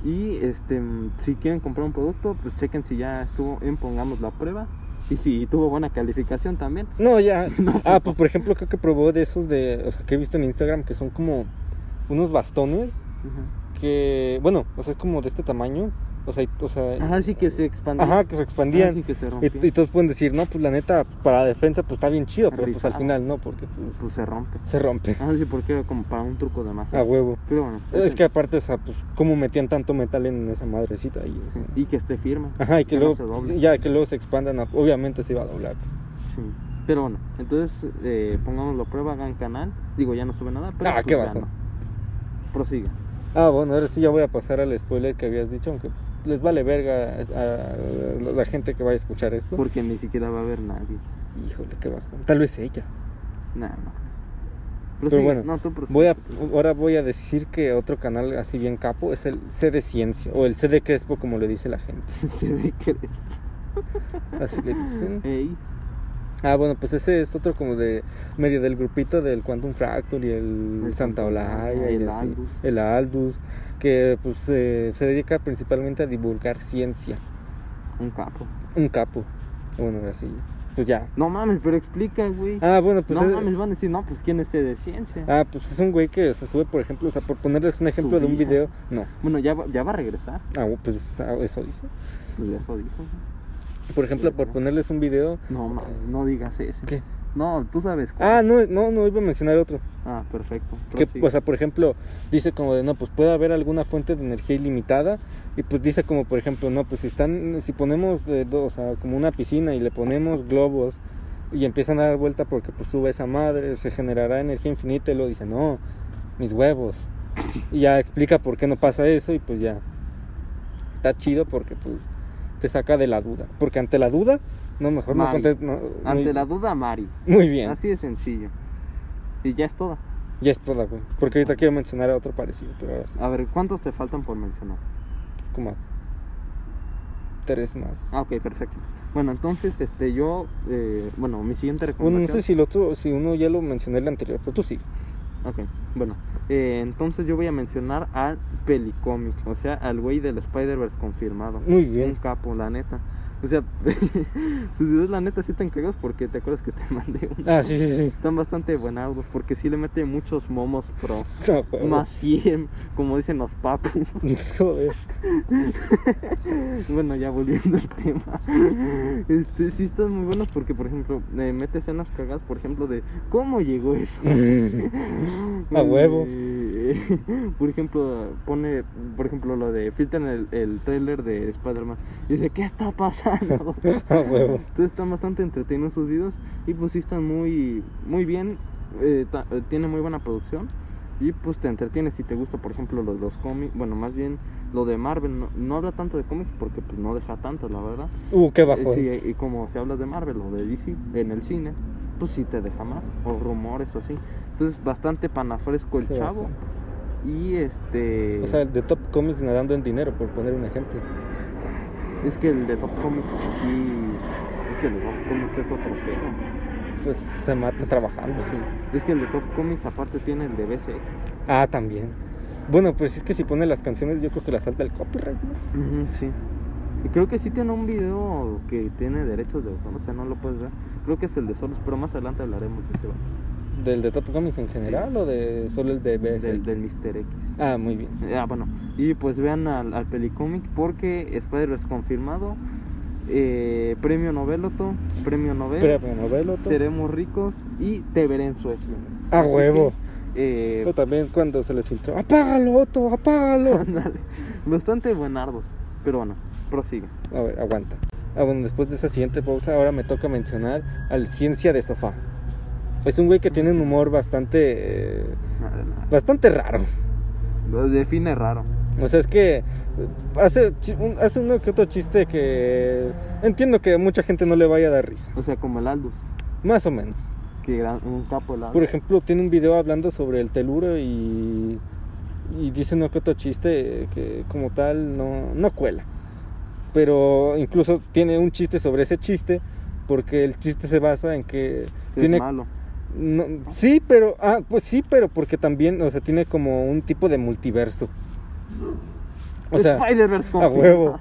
Speaker 2: Y este, mm, si quieren comprar un producto, pues chequen si ya estuvo en pongámoslo a prueba. Y si tuvo buena calificación también.
Speaker 1: No, ya. Ah, pues por ejemplo, creo que probó de esos de. O sea, que he visto en Instagram que son como unos bastones que. Bueno, o sea, es como de este tamaño. O sea, y- o sea.
Speaker 2: Ajá, sí que se expandió.
Speaker 1: Ajá, que se expandían.
Speaker 2: Ajá, Ah, sí que se rompió.
Speaker 1: Y, y todos pueden decir, no, pues la neta, para defensa, pues está bien chido, pero pues al
Speaker 2: Rifado.
Speaker 1: final no, porque pues,
Speaker 2: Pues se rompe.
Speaker 1: se rompe
Speaker 2: Ajá, sí, porque era como para un truco de magia.
Speaker 1: a huevo.
Speaker 2: Pero bueno.
Speaker 1: Ah, Es
Speaker 2: ese-
Speaker 1: que aparte, o sea, pues cómo metían tanto metal en esa madrecita ahí. o
Speaker 2: sí,
Speaker 1: sea.
Speaker 2: Y que esté firme.
Speaker 1: Ajá, y que,
Speaker 2: no se
Speaker 1: luego,
Speaker 2: doble.
Speaker 1: ya, que luego se expandan, a- obviamente se iba a doblar.
Speaker 2: Sí. Pero bueno, entonces eh, pongámoslo a prueba, hagan canal. Digo, ya no sube nada, pero.
Speaker 1: Ah, qué
Speaker 2: veanlo.
Speaker 1: bajo.
Speaker 2: Prosigue.
Speaker 1: Ah, bueno, ahora sí ya voy a pasar al spoiler que habías dicho, aunque pues, les vale verga a, a la gente que vaya a escuchar esto.
Speaker 2: Porque ni siquiera va a haber nadie.
Speaker 1: Híjole, qué bajo. Tal vez ella.
Speaker 2: Nada más.
Speaker 1: bueno,
Speaker 2: no, tú prosigue.
Speaker 1: Voy a, ahora voy a decir que otro canal así bien capo es el C de Ciencia, o el C de Crespo, como le dice la gente.
Speaker 2: Se ve que eres-
Speaker 1: Así le dicen.
Speaker 2: Ey,
Speaker 1: Ah, bueno, pues ese es otro como de medio del grupito del Quantum Fractal y el,
Speaker 2: El
Speaker 1: Santa Olaya y
Speaker 2: el
Speaker 1: así,
Speaker 2: Aldus.
Speaker 1: el Aldus, que pues eh, se dedica principalmente a divulgar ciencia.
Speaker 2: un capo.
Speaker 1: Un capo. Bueno, así. pues ya.
Speaker 2: No mames, pero explica, güey.
Speaker 1: Ah, bueno, pues
Speaker 2: no
Speaker 1: es-
Speaker 2: mames, van a decir, no, pues quién es ese de ciencia.
Speaker 1: Ah, pues es un güey que se sube, por ejemplo, o sea, por ponerles un ejemplo de un
Speaker 2: Subía.
Speaker 1: video, no,
Speaker 2: Bueno, ya va, ya va a regresar.
Speaker 1: ah, pues ah, eso dice.
Speaker 2: Pues eso dijo. güey.
Speaker 1: Por ejemplo, por ponerles un video,
Speaker 2: No mames, no digas eso.
Speaker 1: ¿Qué?
Speaker 2: No, tú sabes cuál.
Speaker 1: ah, no, no, no iba a mencionar otro.
Speaker 2: Ah, perfecto.
Speaker 1: Que,
Speaker 2: prosigue.
Speaker 1: o sea, por ejemplo, dice como de, no, pues puede haber alguna fuente de energía ilimitada. Y pues dice como, por ejemplo, no, pues si están, si ponemos, eh, do- o sea, como una piscina y le ponemos globos y empiezan a dar vuelta porque pues sube esa madre, se generará energía infinita y luego dice, no, mis huevos. Y ya explica por qué no pasa eso y pues ya. Está chido porque pues te saca de la duda. Porque ante la duda, no, mejor no
Speaker 2: Mari.
Speaker 1: contestes. no,
Speaker 2: Ante
Speaker 1: muy,
Speaker 2: la duda, Mari.
Speaker 1: Muy bien.
Speaker 2: Así de sencillo. Y ya es toda.
Speaker 1: Ya es toda, güey. Porque ahorita quiero mencionar a otro parecido, pero ahora sí.
Speaker 2: A ver, ¿cuántos te faltan por mencionar?
Speaker 1: como tres más.
Speaker 2: Ah, ok, perfecto. Bueno, entonces, este, yo, eh, bueno, mi siguiente
Speaker 1: Bueno, no
Speaker 2: recomendación.
Speaker 1: sé si el otro, si uno ya lo mencioné el anterior, pero tú sí.
Speaker 2: Ok, bueno. eh, entonces yo voy a mencionar al Pelicomic, o sea, al güey del Spider-Verse confirmado.
Speaker 1: Muy
Speaker 2: Un
Speaker 1: bien.
Speaker 2: capo, la neta. O sea, sus videos, la neta, sí te encargas porque te acuerdas que te mandé uno.
Speaker 1: Ah, sí, sí, sí.
Speaker 2: Están bastante buenardos porque sí le mete muchos momos pro.
Speaker 1: No, joder.
Speaker 2: Más 100, como dicen los papus.
Speaker 1: Joder.
Speaker 2: Bueno, ya volviendo al tema. Este, sí están muy buenos porque, por ejemplo, eh, mete escenas cagadas, por ejemplo, de cómo llegó eso.
Speaker 1: A huevo.
Speaker 2: Eh, por ejemplo, pone, por ejemplo, lo de filtran el, el trailer de Spider-Man. Y dice, ¿qué está pasando?
Speaker 1: A huevo.
Speaker 2: Entonces están bastante entretenidos sus videos y pues sí están muy, muy bien, eh, ta- eh, tiene muy buena producción y pues te entretienes si te gusta, por ejemplo, lo de los cómics, bueno, más bien lo de Marvel, no, no habla tanto de cómics porque pues no deja tanto, la verdad.
Speaker 1: Uh, qué
Speaker 2: Eh,
Speaker 1: bajo.
Speaker 2: sí, y como se habla de Marvel o de DC en el cine, pues sí te deja más, o rumores o así. Entonces bastante panafresco el
Speaker 1: Sí,
Speaker 2: chavo y este...
Speaker 1: O sea, de Top Comics nadando en dinero, por poner un ejemplo.
Speaker 2: es que el de Top Comics, pues sí, es que el de Top Comics es otro pedo.
Speaker 1: Pues se mata trabajando.
Speaker 2: Sí, Es que el de Top Comics aparte tiene el de BC.
Speaker 1: Ah, también. Bueno, pues es que si pone las canciones, yo creo que las salta el copyright, ¿no?
Speaker 2: sí. Y creo que sí tiene un video que tiene derechos de autor, o sea, no lo puedes ver. Creo que es el de Solos, pero más adelante hablaremos de ese vato,
Speaker 1: ¿Del de Top Comics en general o de solo el de BS?
Speaker 2: del, del Mr. X.
Speaker 1: Ah, muy bien.
Speaker 2: Eh, Ah, bueno. Y pues vean al, al Pelicomic porque Spider-Verse confirmado, eh, premio Noveloto, premio Nobel,
Speaker 1: Pero, bueno, velo tú.
Speaker 2: seremos ricos y te veré en Suecia.
Speaker 1: A
Speaker 2: Así que,
Speaker 1: huevo.
Speaker 2: eh,
Speaker 1: Pero también cuando se les filtró, apágalo, Otto, apágalo.
Speaker 2: ándale. Bastante buenardos, pero bueno, prosigue.
Speaker 1: A ver, aguanta. Ah, bueno, después de esa siguiente pausa, ahora me toca mencionar al Ciencia de Sofá. Es un güey que tiene un humor bastante. eh, bastante raro.
Speaker 2: Lo define raro.
Speaker 1: O sea, es que eh, hace, chi- un- hace uno que otro chiste que. entiendo que a mucha gente no le vaya a dar risa.
Speaker 2: O sea, como el Aldus.
Speaker 1: Más o menos.
Speaker 2: Que gran- un capo el Aldus.
Speaker 1: Por ejemplo, tiene un video hablando sobre el teluro y. Y dice uno que otro chiste que, como tal, no, no cuela. Pero incluso tiene un chiste sobre ese chiste, porque el chiste se basa en que.
Speaker 2: es
Speaker 1: tiene,
Speaker 2: malo.
Speaker 1: No, sí, pero. Ah, pues sí, pero porque también, o sea, tiene como un tipo de multiverso. O sea,
Speaker 2: Spider-Verse
Speaker 1: a
Speaker 2: confirmado.
Speaker 1: huevo.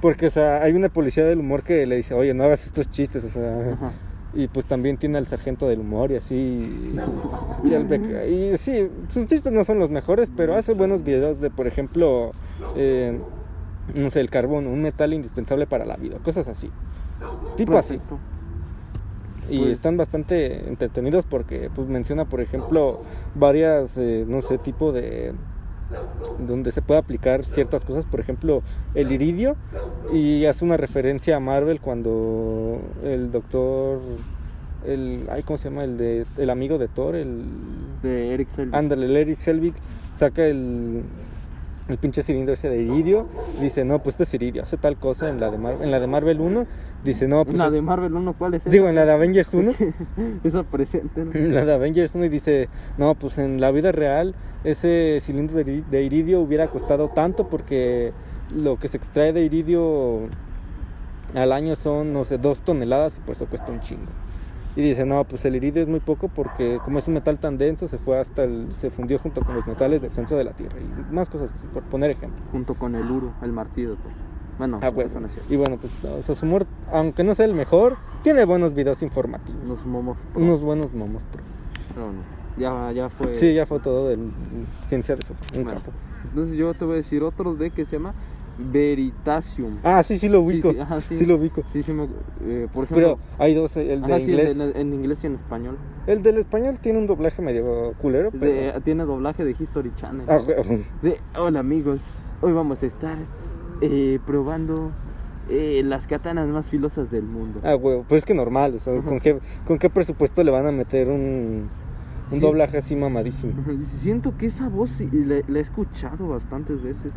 Speaker 1: Porque, o sea, hay una policía del humor que le dice, oye, no hagas estos chistes, o sea.
Speaker 2: Ajá.
Speaker 1: Y pues también tiene al sargento del humor y así. Y, al beca- y sí, sus chistes no son los mejores, pero hace buenos videos de, por ejemplo, eh, no sé, el carbono, un metal indispensable para la vida, cosas así. Tipo así.
Speaker 2: Perfecto.
Speaker 1: Y
Speaker 2: Pues-
Speaker 1: están bastante entretenidos porque pues menciona, por ejemplo, varias, eh, no sé, tipo de donde se puede aplicar ciertas cosas, por ejemplo, el iridio y hace una referencia a Marvel cuando el doctor el ay, ¿cómo se llama? el de el amigo de Thor, el
Speaker 2: De Eric Selvig.
Speaker 1: ándale, el Eric Selvig saca el el pinche cilindro ese de iridio, dice, "No, pues este es iridio, hace tal cosa en la de Mar- en la de Marvel 1." Dice, "No, pues
Speaker 2: la
Speaker 1: es-
Speaker 2: de Marvel 1, ¿cuál es? esa?
Speaker 1: digo en la de Avengers 1."
Speaker 2: Esa presente. ¿no?
Speaker 1: la de Avengers 1 y dice, no, pues en la vida real ese cilindro de, iri- de iridio hubiera costado tanto porque lo que se extrae de iridio al año son, no sé, dos toneladas y por eso cuesta un chingo. Y dice, no, pues el iridio es muy poco porque como es un metal tan denso se fue hasta el, se fundió junto con los metales del centro de la Tierra y más cosas así, por poner ejemplo.
Speaker 2: Junto con el Uro, el martillo. Bueno,
Speaker 1: Ah, güey.
Speaker 2: eso no es cierto.
Speaker 1: Y bueno, pues o sea, su humor, aunque no sea el mejor, Tiene buenos videos informativos.
Speaker 2: Nos momos.
Speaker 1: Unos buenos momos. pro.
Speaker 2: Pero no. Ya, ya fue.
Speaker 1: Sí, ya fue todo de ciencia de sopa. Un
Speaker 2: Bueno,
Speaker 1: capo.
Speaker 2: entonces yo te voy a decir otro de que se llama Veritasium.
Speaker 1: Ah, sí, sí lo
Speaker 2: Sí,
Speaker 1: ubico.
Speaker 2: sí, ajá, sí.
Speaker 1: sí. lo ubico.
Speaker 2: Sí, sí, me, eh, por
Speaker 1: Pero
Speaker 2: ejemplo.
Speaker 1: hay dos, el de
Speaker 2: ajá, sí, el
Speaker 1: inglés.
Speaker 2: en, en inglés y en español.
Speaker 1: El del español tiene un doblaje medio culero, pero...
Speaker 2: De- eh, tiene doblaje de History Channel.
Speaker 1: Ah, güey.
Speaker 2: De, hola amigos, hoy vamos a estar eh, probando eh, las katanas más filosas del mundo.
Speaker 1: Ah, güey, pero es que normal, o sea,
Speaker 2: Ajá,
Speaker 1: ¿con,
Speaker 2: sí.
Speaker 1: qué, ¿con qué presupuesto le van a meter un, un
Speaker 2: Sí.
Speaker 1: doblaje así mamadísimo?
Speaker 2: Siento que esa voz sí, la, la he escuchado bastantes veces.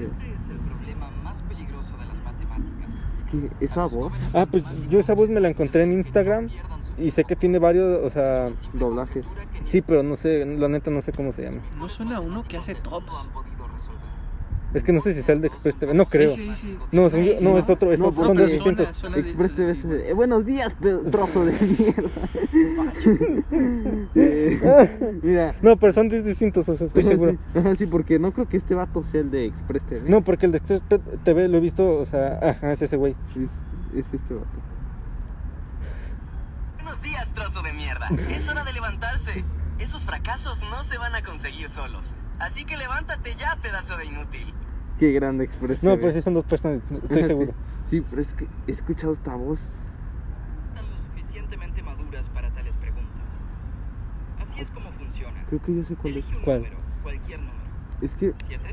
Speaker 5: Este es el problema más peligroso de las matemáticas.
Speaker 2: Es que esa voz,
Speaker 1: Ah, pues yo esa voz me la encontré en Instagram y sé que tiene varios, o sea,
Speaker 2: doblajes.
Speaker 1: sí, pero no sé, la neta no sé cómo se llama.
Speaker 4: No suena uno que hace tops.
Speaker 1: Es que no sé si es el de Express TV, no creo.
Speaker 4: Sí, sí, sí.
Speaker 1: No, según yo- no, es otro, es
Speaker 2: No,
Speaker 1: otro,
Speaker 2: no,
Speaker 1: son
Speaker 2: pero
Speaker 1: dos
Speaker 2: suena-
Speaker 1: distintos.
Speaker 4: suena-
Speaker 2: Express TV es, eh, buenos días, pe- trozo de mierda. Eh, mira,
Speaker 1: No, pero son dis- distintos, o sea, estoy seguro.
Speaker 2: Sí, ajá, sí, porque no creo que este vato sea el de Express TV.
Speaker 1: No, porque el de Express TV lo he visto, o sea, ajá, es ese güey.
Speaker 2: Es, es este vato.
Speaker 5: Buenos días, trozo de mierda. Es hora de levantarse. Esos fracasos no se van a conseguir solos. Así que levántate ya, pedazo de inútil.
Speaker 2: Qué grande Express
Speaker 1: No,
Speaker 2: TV.
Speaker 1: pero sí son dos personas, estoy
Speaker 2: Ajá, sí.
Speaker 1: seguro.
Speaker 2: Sí, pero es que he escuchado esta voz.
Speaker 5: Están lo suficientemente maduras para tales preguntas. Así es como funciona.
Speaker 2: Creo que yo sé cuál es.
Speaker 5: Elige un
Speaker 1: ¿Cuál?
Speaker 5: número, cualquier número.
Speaker 2: Es que,
Speaker 5: ¿Siete?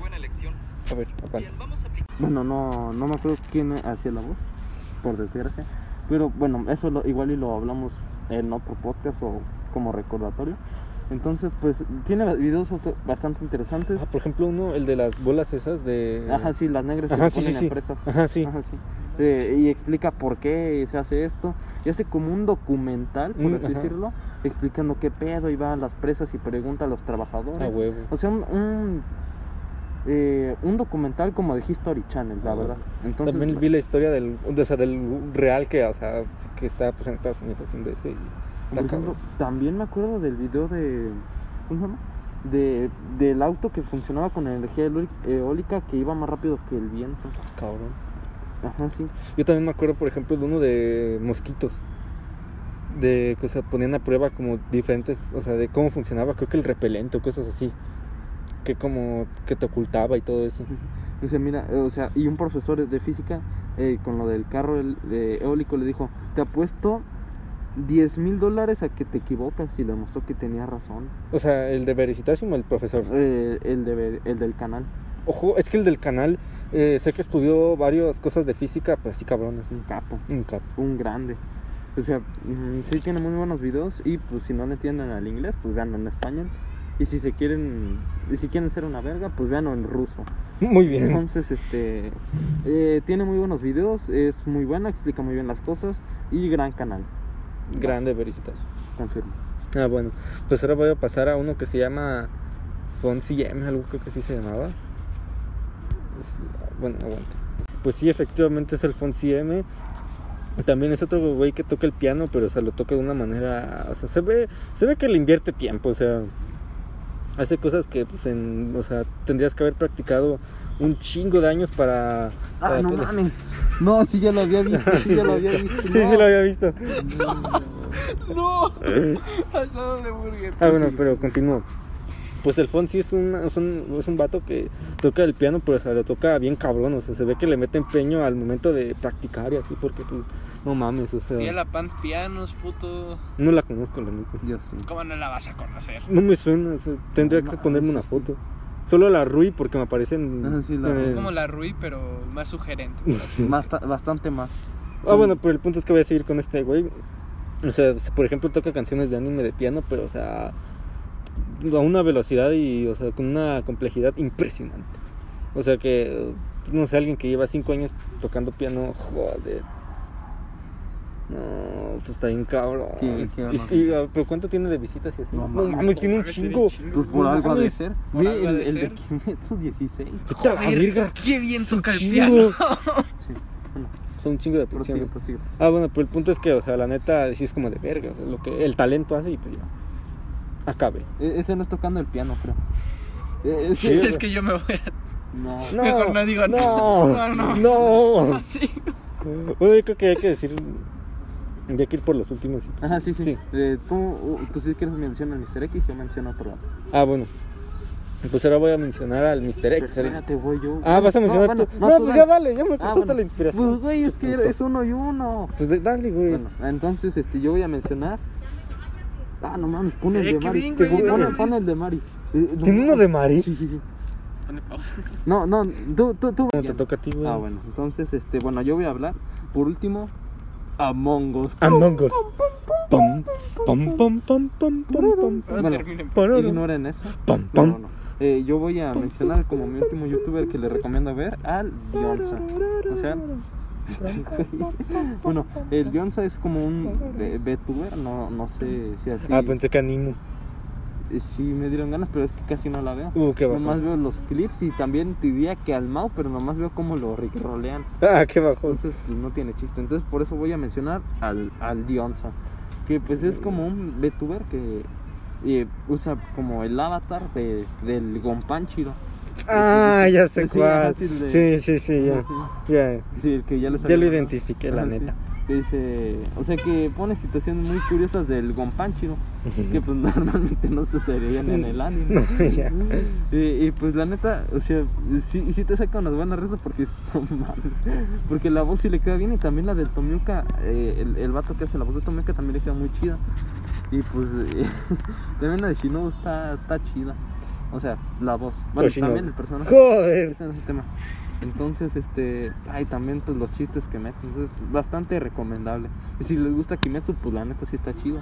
Speaker 5: Buena elección.
Speaker 1: A ver, ¿a cuál?
Speaker 5: Bien, vamos a aplicar
Speaker 2: bueno, no, no me acuerdo quién hacía la voz, por desgracia. Pero bueno, eso lo- igual y lo hablamos en otro podcast o como recordatorio. Entonces, pues tiene videos bast- bastante interesantes.
Speaker 1: Ah, por ejemplo, uno, el de las bolas esas de...
Speaker 2: Ajá, sí, las negras que
Speaker 1: Eh, Ajá,
Speaker 2: se
Speaker 1: sí,
Speaker 2: ponen
Speaker 1: sí, sí.
Speaker 2: en presas.
Speaker 1: Ajá, sí.
Speaker 2: Ajá, sí. Eh, y explica por qué se hace esto. Y hace como un documental, por
Speaker 1: Mm,
Speaker 2: así
Speaker 1: ajá.
Speaker 2: decirlo, explicando qué pedo y va a las presas y pregunta a los trabajadores.
Speaker 1: Ah, huevo.
Speaker 2: O sea, un, un, eh, un documental como de History Channel, la
Speaker 1: Ah,
Speaker 2: verdad. Entonces,
Speaker 1: También vi la historia del, de- o sea, del real que, o sea, que está pues, en Estados Unidos haciendo eso. Y
Speaker 2: por
Speaker 1: está
Speaker 2: ejemplo,
Speaker 1: cabrón.
Speaker 2: también me acuerdo del video de. ¿Cómo se llama? De, del auto que funcionaba con energía eoli- eólica que iba más rápido que el viento.
Speaker 1: Cabrón.
Speaker 2: Ajá, sí.
Speaker 1: Yo también me acuerdo, por ejemplo, de uno de mosquitos. De que, o sea, ponían a prueba como diferentes, o sea, de cómo funcionaba, creo que el repelente o cosas así. Que como, que te ocultaba y todo eso.
Speaker 2: O sea, mira, eh, o sea, y un profesor de física eh, con lo del carro el- eh, eólico le dijo: Te apuesto 10 mil dólares a que te equivocas. Y le mostró que tenía razón.
Speaker 1: O sea, el de Veritasimo, el profesor.
Speaker 2: Eh, el, de, el del canal.
Speaker 1: Ojo, es que el del canal, eh, sé que estudió varias cosas de física, pero así cabrones.
Speaker 2: Un capo.
Speaker 1: Un capo.
Speaker 2: un grande. O sea, mm, sí tiene muy buenos videos y pues si no le entienden al inglés, pues veanlo en español. Y si se quieren, y si quieren ser una verga, pues veanlo en ruso.
Speaker 1: Muy bien.
Speaker 2: Entonces, este, eh, tiene muy buenos videos, es muy buena, explica muy bien las cosas y gran canal,
Speaker 1: Grande Veritasimo.
Speaker 2: confirmo.
Speaker 1: Ah, bueno. Pues ahora voy a pasar a uno que se llama Fonsi M, algo creo que sí se llamaba. Es- Bueno, aguanta. Pues sí, efectivamente es el Fonsi M. También es otro güey que toca el piano, pero o sea, lo toca de una manera, o sea, se ve se ve que le invierte tiempo, o sea, hace cosas que pues en, o sea, tendrías que haber practicado un chingo de años para,
Speaker 2: Ah,
Speaker 1: para
Speaker 2: no
Speaker 1: poder-
Speaker 2: mames. No, sí ya lo había visto, sí ya lo había visto.
Speaker 1: Sí,
Speaker 2: no.
Speaker 1: sí lo había visto.
Speaker 4: ¡No! Asado de burger.
Speaker 1: Ah, bueno, pero continúo. Pues el Fonsi es un, es, un, es un vato que toca el piano, pero o sea, lo toca bien cabrón. O sea, se ve que le mete empeño al momento de practicar y así, porque pues, no mames, o sea,
Speaker 4: Tía la pan pianos, puto.
Speaker 1: no la conozco, la neta.
Speaker 2: Yo sí.
Speaker 4: ¿Cómo no la vas a conocer?
Speaker 1: No me suena, o sea, tendría
Speaker 2: No
Speaker 1: que
Speaker 2: mames,
Speaker 1: ponerme una
Speaker 2: este.
Speaker 1: foto. Solo la Rui, porque me aparecen.
Speaker 2: Ah, sí, la-
Speaker 1: eh,
Speaker 4: Es como la Rui, pero más sugerente.
Speaker 2: Basta- bastante más.
Speaker 1: Ah, bueno, pero el punto es que voy a seguir con este güey. O sea, si, por ejemplo, toca canciones de anime de piano, pero, o sea, a una velocidad y, o sea, con una complejidad impresionante. O sea, que, no sé, alguien que lleva cinco años tocando piano, joder. No, pues está bien cabrón.
Speaker 2: Sí, qué horror.
Speaker 1: Y- y, ah, ¿Pero cuánto tiene de visitas y así? No,
Speaker 2: No mames,
Speaker 1: mames, tiene un
Speaker 4: Mames, tiene
Speaker 1: chingo.
Speaker 2: Pues por
Speaker 1: No
Speaker 2: algo ha de
Speaker 1: mames.
Speaker 2: ser.
Speaker 4: Por
Speaker 2: Ve
Speaker 4: algo ha
Speaker 2: el,
Speaker 4: de
Speaker 2: el de
Speaker 4: ser.
Speaker 2: Kimetsu 16.
Speaker 1: Vete a la verga,
Speaker 4: ¡Qué bien toca el
Speaker 1: chingo.
Speaker 4: piano!
Speaker 2: Sí.
Speaker 1: Son un chingo de
Speaker 2: Prosigue,
Speaker 1: producciones.
Speaker 2: prosigue.
Speaker 1: Ah, bueno, pero el punto es que, o sea, la neta, sí es como de verga. O sea, lo que el talento hace y pues ya. Acabe.
Speaker 2: E- Ese no es tocando el piano, creo. E- ese-
Speaker 1: Sí.
Speaker 4: Es que yo me voy a...
Speaker 2: No.
Speaker 1: No,
Speaker 4: Mejor no digo
Speaker 1: no.
Speaker 4: nada. No,
Speaker 1: No.
Speaker 4: Sí.
Speaker 1: Bueno, yo creo que hay que decir. Ya que ir por los últimos.
Speaker 2: Ajá, sí, sí. Eh, ¿Tú, tú sí quieres mencionar al Mr. X, yo menciono otro lado.
Speaker 1: Ah, bueno. Pues ahora voy a mencionar al Mr.
Speaker 2: Pero
Speaker 1: X. ¿eh?
Speaker 2: espérate, voy yo.
Speaker 1: Ah, vas a mencionar
Speaker 2: bueno,
Speaker 1: tú. No, pues ya
Speaker 2: dale. Ah,
Speaker 1: dale, ya me cortaste
Speaker 2: bueno.
Speaker 1: la inspiración.
Speaker 2: Pues, güey, es que
Speaker 1: Puto.
Speaker 2: es uno y uno.
Speaker 1: Pues de- dale, güey.
Speaker 2: Bueno, entonces este, yo voy a mencionar. Ah, no mames, pon el
Speaker 4: Eh,
Speaker 2: de
Speaker 4: qué
Speaker 2: Mari.
Speaker 4: bien,
Speaker 1: güey,
Speaker 2: Pon-
Speaker 1: no
Speaker 2: pon-
Speaker 1: mames.
Speaker 2: pon el de Mari. Eh, no
Speaker 1: ¿Tiene uno de
Speaker 2: mames.
Speaker 1: Mari?
Speaker 2: Sí, sí, sí.
Speaker 4: Pone pausa.
Speaker 2: No, no, tú, tú, tú.
Speaker 1: No, te toca a ti, güey.
Speaker 2: Ah, bueno, entonces, este, bueno, yo voy a hablar. Por último, Among Us.
Speaker 1: Among Us. Pum, pum, pum, pum, pum, pum, pum,
Speaker 4: Ahora
Speaker 2: Bueno.
Speaker 4: terminen.
Speaker 1: pum.
Speaker 2: Ignoren eso.
Speaker 1: Pum,
Speaker 2: No,
Speaker 1: pum.
Speaker 2: no. Eh, yo voy a mencionar como mi último youtuber que le recomiendo ver al Dionza. O sea, este güey. bueno, el Dionza es como un eh, VTuber, no, no sé si así.
Speaker 1: Ah, pensé que animo.
Speaker 2: Eh, Sí, me dieron ganas, pero es que casi no la veo.
Speaker 1: Uh, qué
Speaker 2: Nomás
Speaker 1: bajo.
Speaker 2: veo los clips y también diría que al Mao, pero nomás veo cómo lo rolean.
Speaker 1: Ah, qué bajo.
Speaker 2: Entonces, pues no tiene chiste. Entonces, por eso voy a mencionar al, al Dionza. Que pues es como un VTuber que eh, usa como el avatar de, del Gonpanchiro.
Speaker 1: Ah, ya sé
Speaker 2: Sí,
Speaker 1: cuál.
Speaker 2: ajá, sí, de-
Speaker 1: Sí, sí, sí, ya. Ya,
Speaker 2: Sí, el que ya le
Speaker 1: ya
Speaker 2: salió,
Speaker 1: lo
Speaker 2: ¿no?
Speaker 1: identifiqué, la
Speaker 2: Ajá, sí.
Speaker 1: neta.
Speaker 2: Que dice, o sea que pone situaciones muy curiosas del Gonpanchiro. Que pues normalmente no sucederían en el anime.
Speaker 1: No, ya.
Speaker 2: Y, y, pues la neta, o sea, sí, sí te saca unas buenas risas porque es no mames, Porque la voz sí le queda bien y también la del Tomioka, eh, el, el vato que hace la voz de Tomioka también le queda muy chida. Y pues eh, también la de Shinobu está, está chida. O sea, la voz. Bueno,
Speaker 1: Pues, Shinobu.
Speaker 2: también el personaje.
Speaker 1: Joder.
Speaker 2: Ese no es el tema. Entonces, este, ay, también pues los chistes que meten, entonces, bastante recomendable. Y si les gusta Kimetsu, pues la neta sí está chido.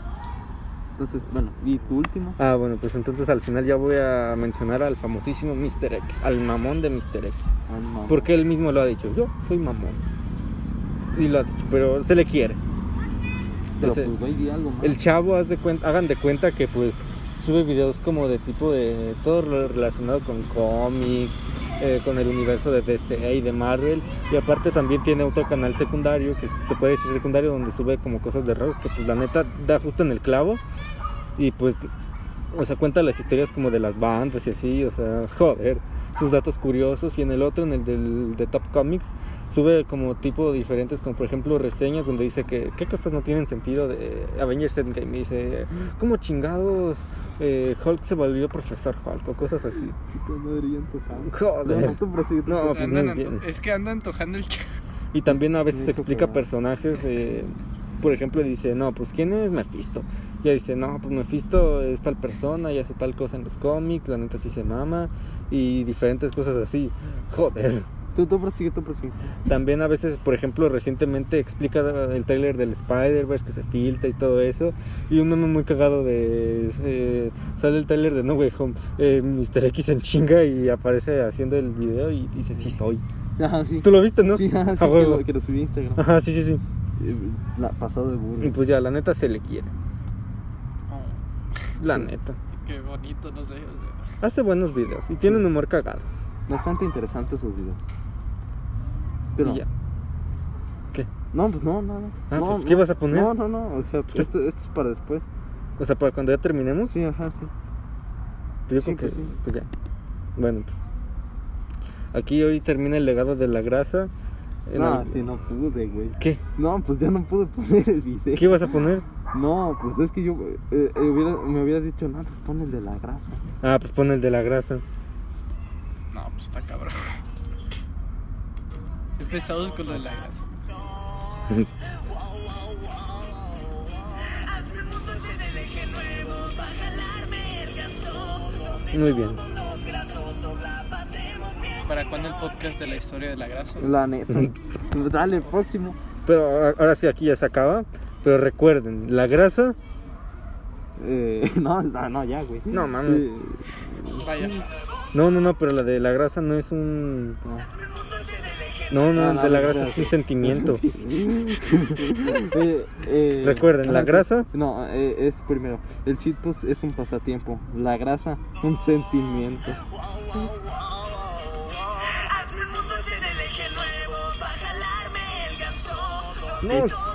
Speaker 2: Entonces, bueno, y tu último.
Speaker 1: Ah, bueno, pues entonces al final ya voy a mencionar al famosísimo Mr. X, al mamón de Mr. X.
Speaker 2: Ay, mamá.
Speaker 1: Porque él mismo lo ha dicho, yo soy mamón. Y lo ha dicho, pero se le quiere.
Speaker 2: Pero
Speaker 1: Ese-
Speaker 2: pues, güey, di algo más.
Speaker 1: El chavo, haz de cuenta, hagan de cuenta que pues sube videos como de tipo de todo lo relacionado con cómics, eh, con el universo de DC y de Marvel. Y aparte también tiene otro canal secundario, que se puede decir secundario, donde sube como cosas de rock, que pues la neta da justo en el clavo. Y pues, o sea, cuenta las historias como de las bandas y así, o sea, joder, sus datos curiosos. Y en el otro, en el del, de Top Comics, sube como tipo diferentes, como por ejemplo reseñas donde dice que qué cosas no tienen sentido de Avengers Endgame. Y dice, ¿cómo chingados eh, Hulk se volvió profesor Hulk? O cosas así.
Speaker 2: Puta madre, ya antojado.
Speaker 1: Joder.
Speaker 2: No, tú prosigue, tú
Speaker 1: No,
Speaker 2: prosigue.
Speaker 1: pues,
Speaker 4: Andan
Speaker 1: muy bien.
Speaker 4: anto- Es que anda antojando el chavo.
Speaker 1: Y también a veces
Speaker 2: Eso,
Speaker 1: explica
Speaker 2: pero-
Speaker 1: personajes, eh, por ejemplo, dice, no, pues ¿quién es Mephisto? Ya dice, no, pues Mephisto es tal persona y hace tal cosa en los cómics, la neta sí se mama, y diferentes cosas así. Joder.
Speaker 2: Tú, tú prosigue, tú prosigue.
Speaker 1: También a veces, por ejemplo, recientemente explica el tráiler del Spider-Verse que se filtra y todo eso. Y un meme muy cagado de... eh, sale el tráiler de No Way Home, eh, Mr. X en chinga y aparece haciendo el video y dice, sí soy.
Speaker 2: Ajá, sí.
Speaker 1: ¿Tú lo viste, no?
Speaker 2: Sí, ajá, sí,
Speaker 1: A
Speaker 2: que
Speaker 1: huevo.
Speaker 2: lo, que lo subí a Instagram.
Speaker 1: Ajá, sí, sí, sí.
Speaker 2: Eh, La pasado de burro.
Speaker 1: Y pues ya, la neta se le quiere.
Speaker 4: Oh,
Speaker 1: La
Speaker 2: Sí.
Speaker 1: neta.
Speaker 4: qué bonito, no sé. o sea,
Speaker 1: Hace buenos videos y tiene un humor cagado.
Speaker 2: Bastante interesantes sus videos.
Speaker 1: Y ya.
Speaker 2: No, pues no, no, no.
Speaker 1: Ah,
Speaker 2: no,
Speaker 1: pues, ¿qué
Speaker 2: no.
Speaker 1: vas a poner?
Speaker 2: No, no, no. O sea, pues, esto, esto es para después.
Speaker 1: O sea, para cuando ya terminemos,
Speaker 2: Sí, ajá, sí.
Speaker 1: pues yo
Speaker 2: sí,
Speaker 1: creo que
Speaker 2: pues sí.
Speaker 1: pues ya. Bueno, pues. Aquí hoy termina el legado de la grasa. En
Speaker 2: No,
Speaker 1: el-
Speaker 2: Ah, sí, no pude, güey.
Speaker 1: ¿Qué?
Speaker 2: No, pues ya no pude poner el video.
Speaker 1: ¿Qué vas a poner?
Speaker 2: No, pues es que yo. eh, eh, hubiera- me hubieras dicho, no, pues pon el de la grasa.
Speaker 1: Ah, pues pon el de la grasa.
Speaker 4: No, pues está cabrón. Empezados con lo de la grasa.
Speaker 3: Hazme el mundo en el eje nuevo para jalarme el ganso. Donde
Speaker 1: Muy bien.
Speaker 3: todos los grasosos la pasemos bien.
Speaker 4: ¿Para cuándo el podcast de la historia de la grasa?
Speaker 2: La neta. Dale, próximo.
Speaker 1: Pero ahora- ahora sí, aquí ya se acaba. Pero recuerden, la grasa.
Speaker 2: Eh, no, no, no, ya, güey.
Speaker 1: No, mames.
Speaker 2: Eh,
Speaker 4: Vaya.
Speaker 1: No, no, no, pero la de la grasa no es un.
Speaker 2: no.
Speaker 1: No, no,
Speaker 2: No, Ah, no,
Speaker 1: de la
Speaker 2: no,
Speaker 1: grasa
Speaker 2: no,
Speaker 1: es un
Speaker 2: sí.
Speaker 1: sentimiento.
Speaker 2: Eh, eh,
Speaker 1: Recuerden,
Speaker 2: ajá,
Speaker 1: la
Speaker 2: sí.
Speaker 1: grasa.
Speaker 2: No, eh, es primero. El cheat pues, es un pasatiempo. La grasa, un sentimiento.
Speaker 3: Hazme el mundo en el eje nuevo para jalarme el ganso. Donde
Speaker 1: No,
Speaker 3: todos